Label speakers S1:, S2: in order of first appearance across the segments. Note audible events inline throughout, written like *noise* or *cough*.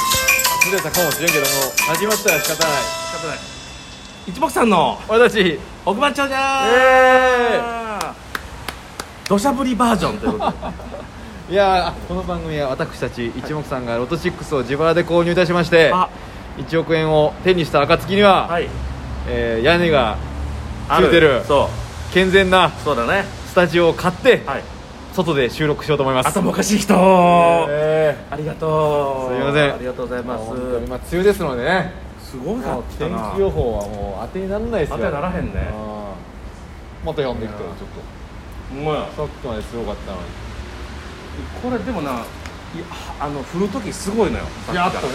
S1: ずれたかもしれんけども始まったら仕方ない
S2: 方ない一目散の
S1: 私
S2: 奥番長じ
S1: ゃ
S2: ゃ土砂降りバージョンということで
S1: いやーこの番組は私たち一目さんがロト6を自腹で購入いたしまして
S2: *laughs* あ
S1: 1億円を手にした暁には、
S2: はい
S1: えー屋根が
S2: あ
S1: ついてる
S2: そ
S1: 健全な
S2: うそうだね
S1: スタジオを買って、
S2: はい
S1: 外で収録しようと思います
S2: 頭おかしい人、
S1: え
S2: ありがとう
S1: すいません
S2: ありがとうござい
S1: ーまあ
S2: ま
S1: 本当に今梅雨ですのでね
S2: すすごい
S1: も
S2: な
S1: う天気予報はもう当てにならないですよ
S2: 当てにならへんね
S1: うんまたやんできたよちょっ
S2: もう
S1: とさっきまですごかったのに
S2: これでもないやあの振る時すごいのよさっきから
S1: やっとね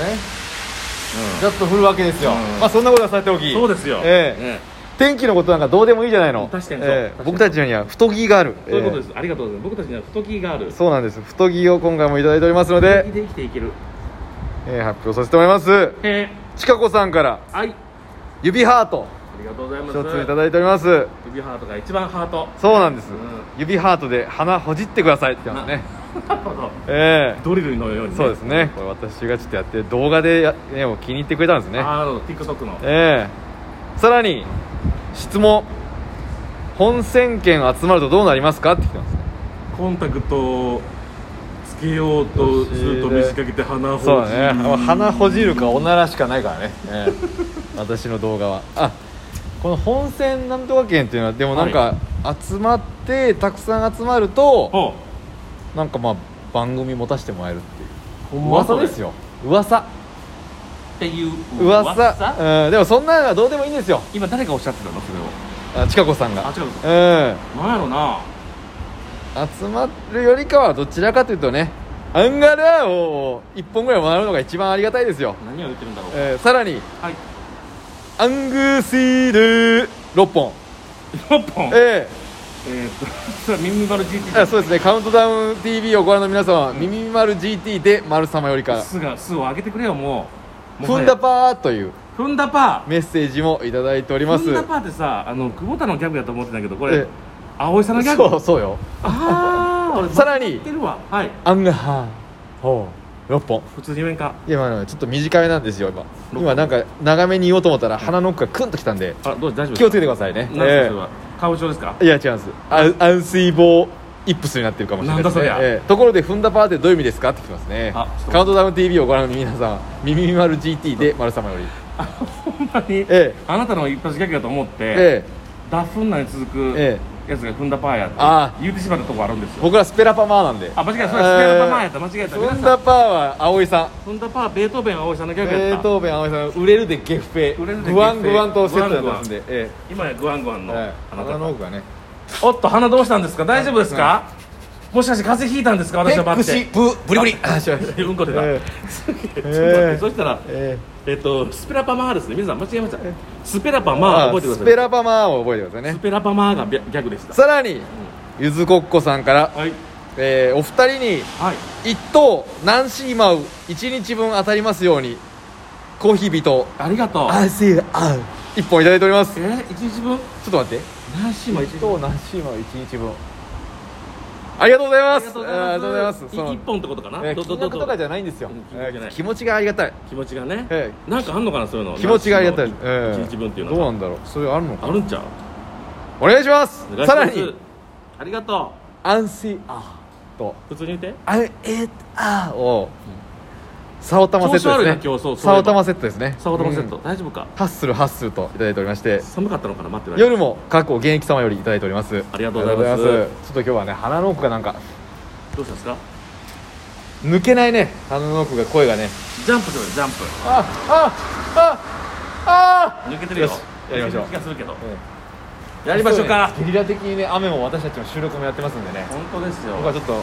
S1: やっと降るわけですよ、
S2: うん
S1: まあそんなことはさておき
S2: そうですよ
S1: ええ
S2: ね
S1: 天気のことなんかどうでもいいじゃないの
S2: 確かにそう
S1: ええ
S2: 確かに
S1: 僕たちには太着がある、
S2: そういうことですすありがとうございます僕たちには太きがある
S1: ええそうなんです太着を今回もいただいておりますので
S2: 太き、で生きていける
S1: ええ発表させてもらいます
S2: へ
S1: ちかこさんから
S2: えはい
S1: 指ハート
S2: ありがとうございます
S1: 一ついただいております
S2: 指ハートが一番ハート
S1: そうなんです、
S2: うん
S1: 指ハートで鼻ほじってくださいってやつね
S2: なるほど
S1: ええ
S2: ドリルのように、ね、
S1: そうですねこれ私がちょっとやってる動画でや、ね、もう気に入ってくれたんですね
S2: あの TikTok の
S1: ええさらに質問本選権集まるとどうなりますかって来てますね
S2: コンタクトをつけようとすると見せかけて鼻を
S1: そうだね鼻ほじるかおならしかないからね、ええ私の動画はあこの本選なんとか券っていうのはでもなんか集まってたくさん集まると
S2: ほ
S1: なんかまあ番組持たせてもらえるっていう
S2: う
S1: 噂ですよ噂
S2: っていう
S1: 噂うん、でもそんなのはどうでもいいんですよ
S2: 今誰がおっしゃってたのそれを
S1: あちかこさんが
S2: あちかこ
S1: うん
S2: なんやろな
S1: 集まるよりかはどちらかというとねアンガラーを1本ぐらいもらうのが一番ありがたいですよ、
S2: 何を言ってるんだろう
S1: えーさらに
S2: はい
S1: アングーシール6本
S2: 6本え
S1: え
S2: ーっとそれはミミバル GT
S1: ーあそうですね「カウントダウン t v をご覧の皆様、ミミマル GT で「丸様よりか
S2: すがすを上げてくれよもうも
S1: ふ
S2: はや
S1: んだぱー」という
S2: ふんだパ
S1: メッセージもいただいており
S2: ー
S1: ま
S2: ふん
S1: す
S2: だパーってさあの久保田のギャグやと思ってたけどこ
S1: え
S2: れ
S1: え
S2: 葵さんのギャグ
S1: そうそうよ
S2: ああ俺
S1: さらに
S2: 間違ってるわはい
S1: アンガーほう6本
S2: 普通に面か
S1: いやまあちょっと短めなんですよ今
S2: 本
S1: 今なんか長めに言おうと思ったら鼻の奥がクンときたんで
S2: あどう大丈夫ですか
S1: 気をつけてくださいね
S2: なんですかそれは顔上ですか
S1: いや違うんですあ安水棒イップスになってるかもしれないです、ね、
S2: なんだそりゃ
S1: ええところで踏んだパーってどういう意味ですかってきますね
S2: あちょっと
S1: カウントダウン TV をご覧の皆さん耳ミマル GT で丸様より
S2: あほんまに、
S1: ええ
S2: あなたの一発ギャグだと思って、
S1: ええ
S2: ダフンナに続く
S1: え
S2: やつが踏んだパーやって
S1: あ
S2: 言うてしまったとこあるんですよ
S1: 僕らスペラパマーなんで
S2: あ間違えたそれスペアパーマーやった間違えた
S1: ええ
S2: 皆
S1: 踏ん
S2: さん
S1: だパーは葵さん
S2: 踏んだパーベートーベン葵さんのギ
S1: ベ
S2: ャグや
S1: ー
S2: った
S1: トーベン葵さん売れるでゲフペ
S2: 売れるでゲッフェ
S1: グワングワンとセットになってますんでえ
S2: 今やグワングワン
S1: え
S2: の、
S1: はい
S2: あなた
S1: 鼻の奥がね
S2: おっと鼻どうしたんですか大丈夫ですかもしかして風邪ひいたんですか私はバッ
S1: ペ
S2: て
S1: ックシブブリブリあしました
S2: *laughs* うんこ出た、
S1: え
S2: すげえちょっと
S1: え
S2: 待ってそしたら
S1: え
S2: *laughs* えっとスペラパマーですね皆さん間違えましたスペラパ
S1: え
S2: マー覚えてくだ
S1: あ
S2: さ
S1: ス
S2: い
S1: ペラパマーを覚えてください
S2: ス
S1: ね
S2: ペラパマーがギャギャグでした
S1: さらにゆずこっこさんから、
S2: はい
S1: えーお二人に
S2: はい
S1: 一等何シーマウ1日分当たりますようにコーヒー人
S2: ありがとう
S1: シーアウ1本いただいておりますち
S2: え
S1: ょ
S2: ー、一日分
S1: っと待って
S2: 何シーマ一日分
S1: 等何シーマウ1日分ありがとうございま
S2: あり
S1: す
S2: がとうございます
S1: ありがとうございま
S2: 一
S1: すその
S2: 一本ってことかな、
S1: えー
S2: どど
S1: 金
S2: ど
S1: 額とか
S2: ど
S1: じゃないんですよ
S2: うん金
S1: え
S2: 額じゃない
S1: ー気持ちがありがたい
S2: 気持ちがね、
S1: え
S2: なんかあんのかなそういうの
S1: 気持ちがありがたい
S2: 何シーマ
S1: えー
S2: 一日分っていう
S1: どう
S2: の
S1: なんだろうそれあるのか
S2: あるんちゃう
S1: お願いします
S2: お願いします
S1: さらに
S2: ありがと
S1: アンシーアーと
S2: う普通に言って
S1: アンエーアーをサオタマセッ
S2: 調子
S1: ト
S2: 悪い
S1: で
S2: な
S1: すね
S2: 今日そうそういえば
S1: サオタマセットですね
S2: サオタマセット、
S1: うん
S2: 大丈夫か
S1: ハッスルハッスルといただいておりまして
S2: 寒かったのかな待ってない
S1: 夜も過去現役様よりいただいております
S2: ありがとうございます
S1: ありがとうございますちょっと今日はね鼻の奥がなんか
S2: どうしたんですか
S1: 抜けないね鼻の奥が声がね
S2: ジャンプするジャンプ
S1: あああああ
S2: 抜けてるよ
S1: よしやりましょう
S2: 抜けてる気がするけど
S1: ええ
S2: やりましょうか
S1: そねゲリラ的にね雨も私たちの収録もやってますんでね
S2: 本当ですよ
S1: 僕はちょっと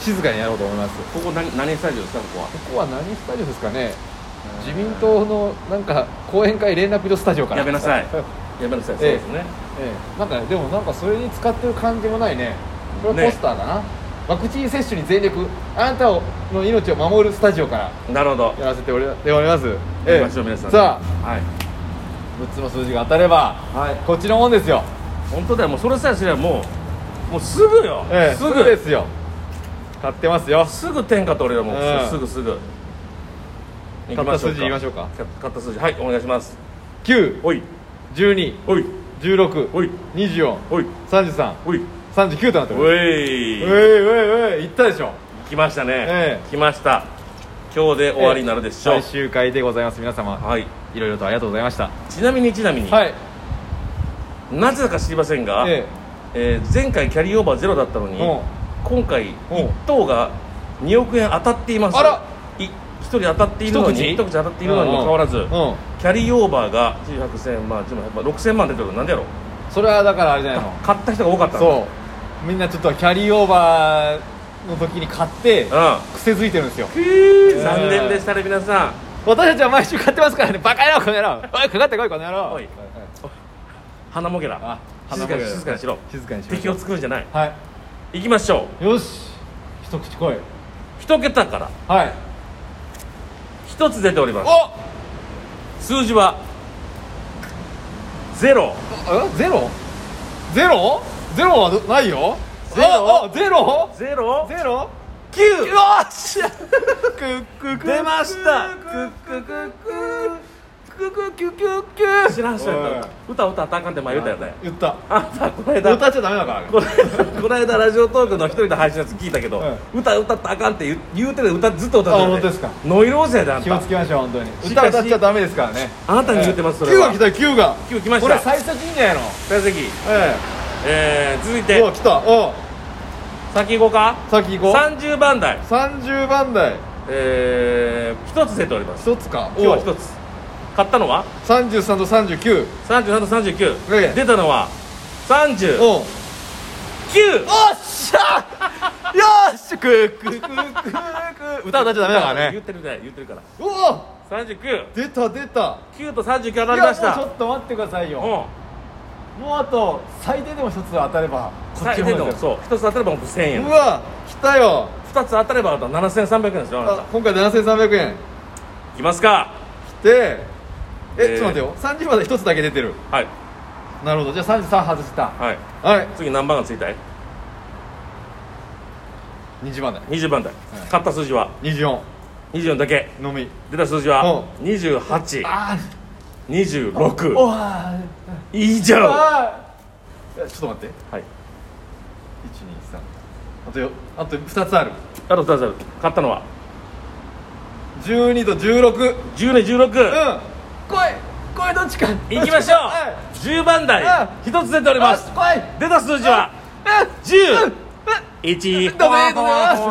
S1: 静かにやろうと思います
S2: ここ何何スタジオですかここは
S1: ここは何スタジオですかね自民党のなんか講演会連絡所スタジオから
S2: やめ
S1: *laughs*
S2: なさい
S1: え
S2: やめなさい、そう
S1: ええ
S2: ですね
S1: えなんかねでもなんかそれに使ってる感じもないねこれ
S2: ね
S1: はポスターだな、ワクチン接種に全力あなたをの命を守るスタジオから
S2: なるほど
S1: やらせておりでおります
S2: やりましょう皆さん
S1: さあ
S2: はい
S1: 6つの数字が当たれば
S2: はい
S1: こっちのもんですよ、
S2: 本当だよもうそれさえすればもうもうすぐよ、
S1: ええ
S2: すぐ
S1: ですよ買ってますよ
S2: すぐ天下取れるよもう、
S1: うん
S2: すぐすぐ
S1: 買った数字言いましょうか
S2: 買った数字はいお願いします
S1: 9
S2: おい
S1: 12
S2: おいお
S1: 16
S2: い
S1: 24
S2: おい
S1: 33
S2: おい
S1: 39となってます
S2: お
S1: う
S2: い
S1: えいうえいうえい行ったでしょ
S2: 来ましたね、
S1: ええ
S2: 来ました今日で終わりになるでしょう、
S1: 最終回でございます皆様
S2: はい
S1: いろいろとありがとうございました
S2: ちなみにちなみに、
S1: はい
S2: なぜだか知りませんが、
S1: え
S2: えー前回キャリーオーバーゼロだったのに
S1: うん
S2: 今回
S1: うん
S2: 1等が2億円当たっています
S1: あら
S2: い1人当たっているのに
S1: 一口
S2: 一口当たっているのにもかかわらず、
S1: うんうん
S2: キャリーオーバーが100千万10万100万6000万出てるのなんでやろう
S1: それはだからあれじゃないの
S2: 買った人が多かったの
S1: そうみんなちょっとキャリーオーバーの時に買って
S2: う
S1: 癖づいてるんですよ
S2: ん、残念でしたね皆さん
S1: 私たちは毎週買ってますからねバカ野郎この野
S2: *laughs*
S1: 郎おいかかってこいこの野郎
S2: おい花もげら静かに静かにしろ
S1: 静かにしろ
S2: 敵を作るんじゃない
S1: は
S2: 行きましょう
S1: いよし一口来い
S2: 一桁から
S1: はい
S2: 一つ出ております
S1: お
S2: 数字はゼロ
S1: あゼロゼロゼロはどないよ
S2: ゼロ
S1: ああゼロ
S2: ゼロ
S1: ゼロ
S2: 九
S1: よっしゃ *laughs* クックク
S2: 出ました
S1: クッククックククキュキュキュ
S2: 知らん人やったら歌歌ったらあかんって前言ったよね
S1: 言った
S2: あんたこの間
S1: 歌っちゃダメだからね
S2: この間この間ラジオトークの一人の配信のやつ聞いたけど、
S1: う
S2: 歌歌ったらあかんって言う言うてる歌ずっと歌ってる、ね、
S1: あ本当ですか
S2: ノイローゼやであん
S1: 気を
S2: た
S1: つけましょう本当に
S2: し
S1: 歌
S2: かし
S1: 歌っちゃダメですからね
S2: あなたに言ってます
S1: ええ
S2: それは
S1: 9が来た9が
S2: 9来ました
S1: これ最先いいんじゃないの
S2: 大関、
S1: え
S2: えー、続い
S1: え
S2: て
S1: お来たお
S2: 先行こうか
S1: 先行こう
S2: 30番台
S1: 30番台
S2: えー、一つ出ております
S1: 一つか
S2: 今日は一つ買ったのは
S1: 33と39
S2: 37と
S1: え
S2: 39
S1: え
S2: 出たのは39
S1: おうおっしゃ *laughs* よーしクッククッククック歌歌っちゃダメだから
S2: 言っ
S1: ね
S2: てるね言ってるから
S1: うわ
S2: 399
S1: 出た出た
S2: と39当た
S1: いやも
S2: りま
S1: う
S2: し
S1: ちょ
S2: た
S1: っと待ってくださいよ
S2: うん
S1: もうあと最低でも一つ当たればこっ
S2: 最
S1: ち
S2: 低
S1: 方
S2: でも
S1: ですよ
S2: そう一つ当たれば1000
S1: う
S2: 円
S1: わ来たよ
S2: 二つ当たれば7300円ですよあな
S1: あ今回7300円
S2: たいきますか
S1: 来てえ
S2: えー
S1: ちょっと待ってよ30まで一つだけ出てる
S2: はい
S1: なるほどじゃあ33外した
S2: はい
S1: はい
S2: 次何番がついたい
S1: 20番だよ
S2: 20番台、買った数字は
S1: 24
S2: 24だけ
S1: のみ
S2: 出た数字は2826
S1: あおわ
S2: 以
S1: ー
S2: 上
S1: あーいやちょっと待って
S2: はい
S1: 123あとよあと2つある
S2: あと2つある買ったのは
S1: 12と16
S2: 10ね
S1: うん
S2: 16
S1: 来い来いどっちか
S2: いきましょう
S1: はい
S2: 10番台
S1: うん
S2: 一つ出ております
S1: よし来い
S2: 出た数字は
S1: うんうん
S2: 10
S1: う
S2: 1
S1: どうもありがとうございます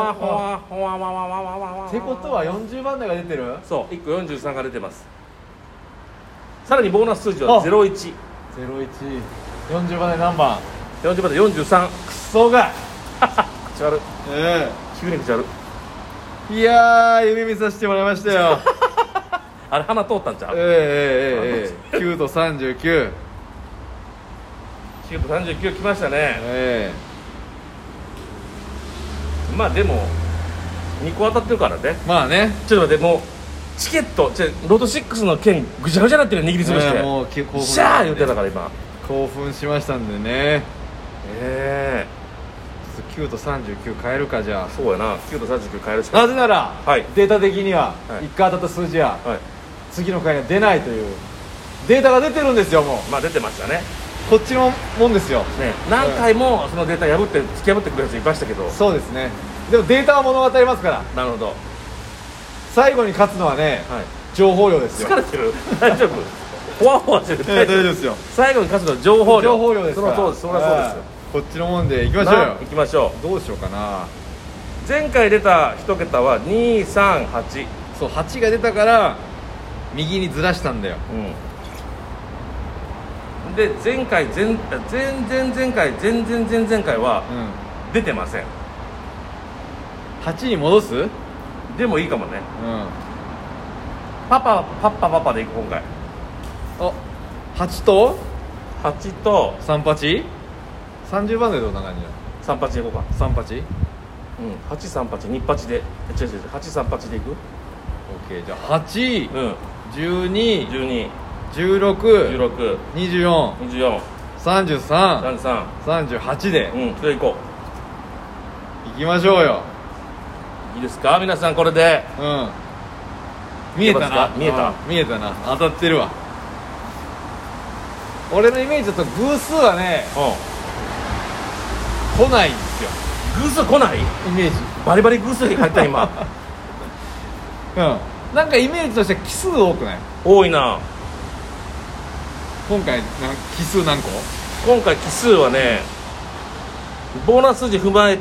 S1: ん
S2: っ
S1: ってことは40番台が出てる
S2: そう1個43が出てますさらにボーナス数字は
S1: あ
S2: 0140
S1: 0140番台何番
S2: 番で43
S1: クソが
S2: 口悪い
S1: え
S2: 急に口悪い
S1: えいやー夢見させてもらいました
S2: *laughs*
S1: よ
S2: あれ鼻通ったんちゃ
S1: え
S2: う
S1: えええええ9と39
S2: 9と39来ましたね
S1: え
S2: まあでも2個当たってるからね
S1: えまあね
S2: ちょっと待ってもうチケットちょロード6の券ぐちゃぐちゃになってるよ握りつぶし
S1: え
S2: て
S1: えもうき興奮
S2: シャー言ってたから今
S1: 興奮しましたんでね
S2: え
S1: ちょっと9と39変えるかじゃ
S2: えそうやな9と39変えるしか
S1: あなぜなら、
S2: はい
S1: データ的には
S2: はい
S1: 1回当たった数字は
S2: はい
S1: 次の回には出ないというデータが出てるんですよもう
S2: まあ出てましたね
S1: こっちのもんですよ
S2: ね何回もそのデータ破って突き破ってくるやついましたけど
S1: そうですねでもデータは物語りますから
S2: なるほど、は
S1: 最後に勝つのはね
S2: い、
S1: 情報量ですよ
S2: 疲れてる *laughs* 大丈夫ほわほわしてる
S1: ええ大丈夫ですよ
S2: 最後に勝つのは情報量
S1: 情報量ですから
S2: そりゃそうですそりゃそうで
S1: はいこっちのもんでいきますしょう
S2: よ
S1: よ
S2: 行きましょ
S1: どうしようかな
S2: う前回出た一桁は238
S1: そう8が出たから右にずらしたんだよ
S2: うんで前回前前前前回前前前前回は
S1: うん
S2: 出てません
S1: 8に戻すうん
S2: でもいいかもねパパパッパパパでいく今回
S1: あ8と
S2: 8と
S1: 38?30 番でどんな感じなの
S2: 38でいこうか
S1: 38?
S2: うん83828で違う違う違う838でいく
S1: OK じゃあ8
S2: うん
S1: 1 2
S2: 12
S1: 1 6 2 4 3 3
S2: 1623
S1: 3 8で
S2: うんそれいこ
S1: いきましょうよ
S2: ういいですか皆さんこれで
S1: うん見えたな
S2: 見えた
S3: あ
S1: 見えたな当たってるわ俺のイメージだと偶数はね来ないんですよ
S2: 偶数来ない
S1: イメージ
S2: バリバリ偶数に入った今
S1: *laughs* うんなんかイメージとして奇数多くない
S2: 多いな
S1: 今回なん奇数何個
S2: 今回奇数はねボーナス数字踏まえ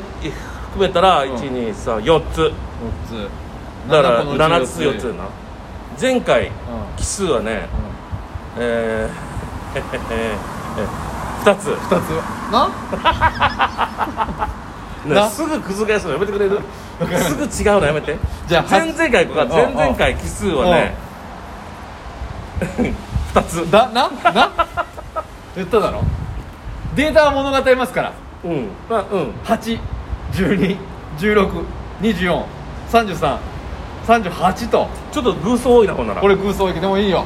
S2: 含めたら
S1: うん
S2: 1234つ
S1: 4つ
S2: だから7つ4つ
S1: うん
S2: な前
S1: う
S2: 回
S1: ん
S2: 奇数はねえー、え2つ、
S1: 2つなな
S2: ね、すぐ覆すのやめてくれるすぐ違うのやめて
S1: じゃあ
S2: 前々回か
S1: うん
S2: 前々回奇数はね *laughs* 2つ
S1: だな *laughs* な言っただろデータは物語りますから
S2: うんまあうん
S1: 81216243338と
S2: ちょっと偶数多いなほんなら
S1: これ偶数多いけどでもいいよ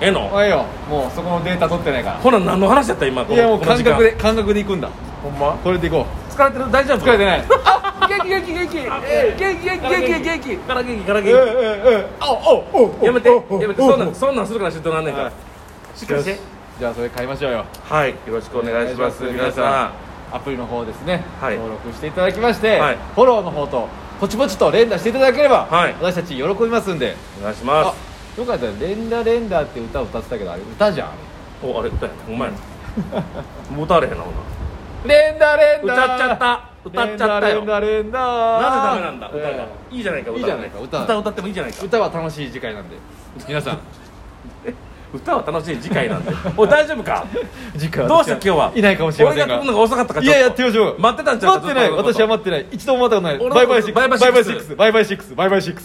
S2: ええの
S1: もういいよもうそこのデータ取ってないか
S2: ほな何の話やった今こ
S1: ら
S2: の
S1: いやもう
S2: この
S1: 感
S2: 時間
S1: 覚で感覚でいくんだ
S2: ほんま
S1: これでいこ
S2: 疲れてる大丈
S1: う
S2: 夫
S1: 疲れてない
S2: 元気元気元気元気元気元気元気から元気から
S1: ええ
S2: 元
S1: ええあおおお
S2: 気やめて
S1: おお
S2: やめてそんなんそんなんするから嫉妬なんねんか
S1: は
S2: ら
S1: い
S2: しっかりして
S1: じゃあそれ買いましょうよ
S2: はいよろしくお願いします
S1: お願いし
S2: 皆さ
S1: アプリの方ですね、
S2: はい
S1: 登録していただきまして、
S2: はい
S1: フォローの方とポチポチと連打していただければ、
S2: はい
S1: 私たち喜びますんで
S2: んお願いし
S1: あ
S2: ます
S1: よかったら「連打連打」って歌を歌ってたけどあれ歌じゃん
S2: おあれ歌やったお前 *laughs* もう歌われへんな
S1: *laughs*
S2: ほんな
S1: 連打連打
S2: 歌っちゃった歌っちゃったよ
S1: 連打連打
S2: らなぜダメなんだ歌
S1: え
S2: がいいじゃないか歌
S1: いいじゃないか歌
S2: 歌歌ってもいいじゃないか
S1: え歌は楽しい次回なんで皆さん
S2: 歌は楽しい次回なんで
S1: *laughs*
S2: おい大丈夫か
S1: 次回は
S2: どうして今日はい
S1: ないかもしれません
S2: 俺が
S1: が
S2: 来るのが遅かったから
S1: いややってみましょう
S2: 待ってたんちゃうか
S1: 待ってない
S2: ずっと
S1: 私は待ってない一度も待ったことない
S2: 俺の
S1: バイバイシックス
S2: バイバイシックス
S1: バイバイシックスバイバイシックスバイバイシックス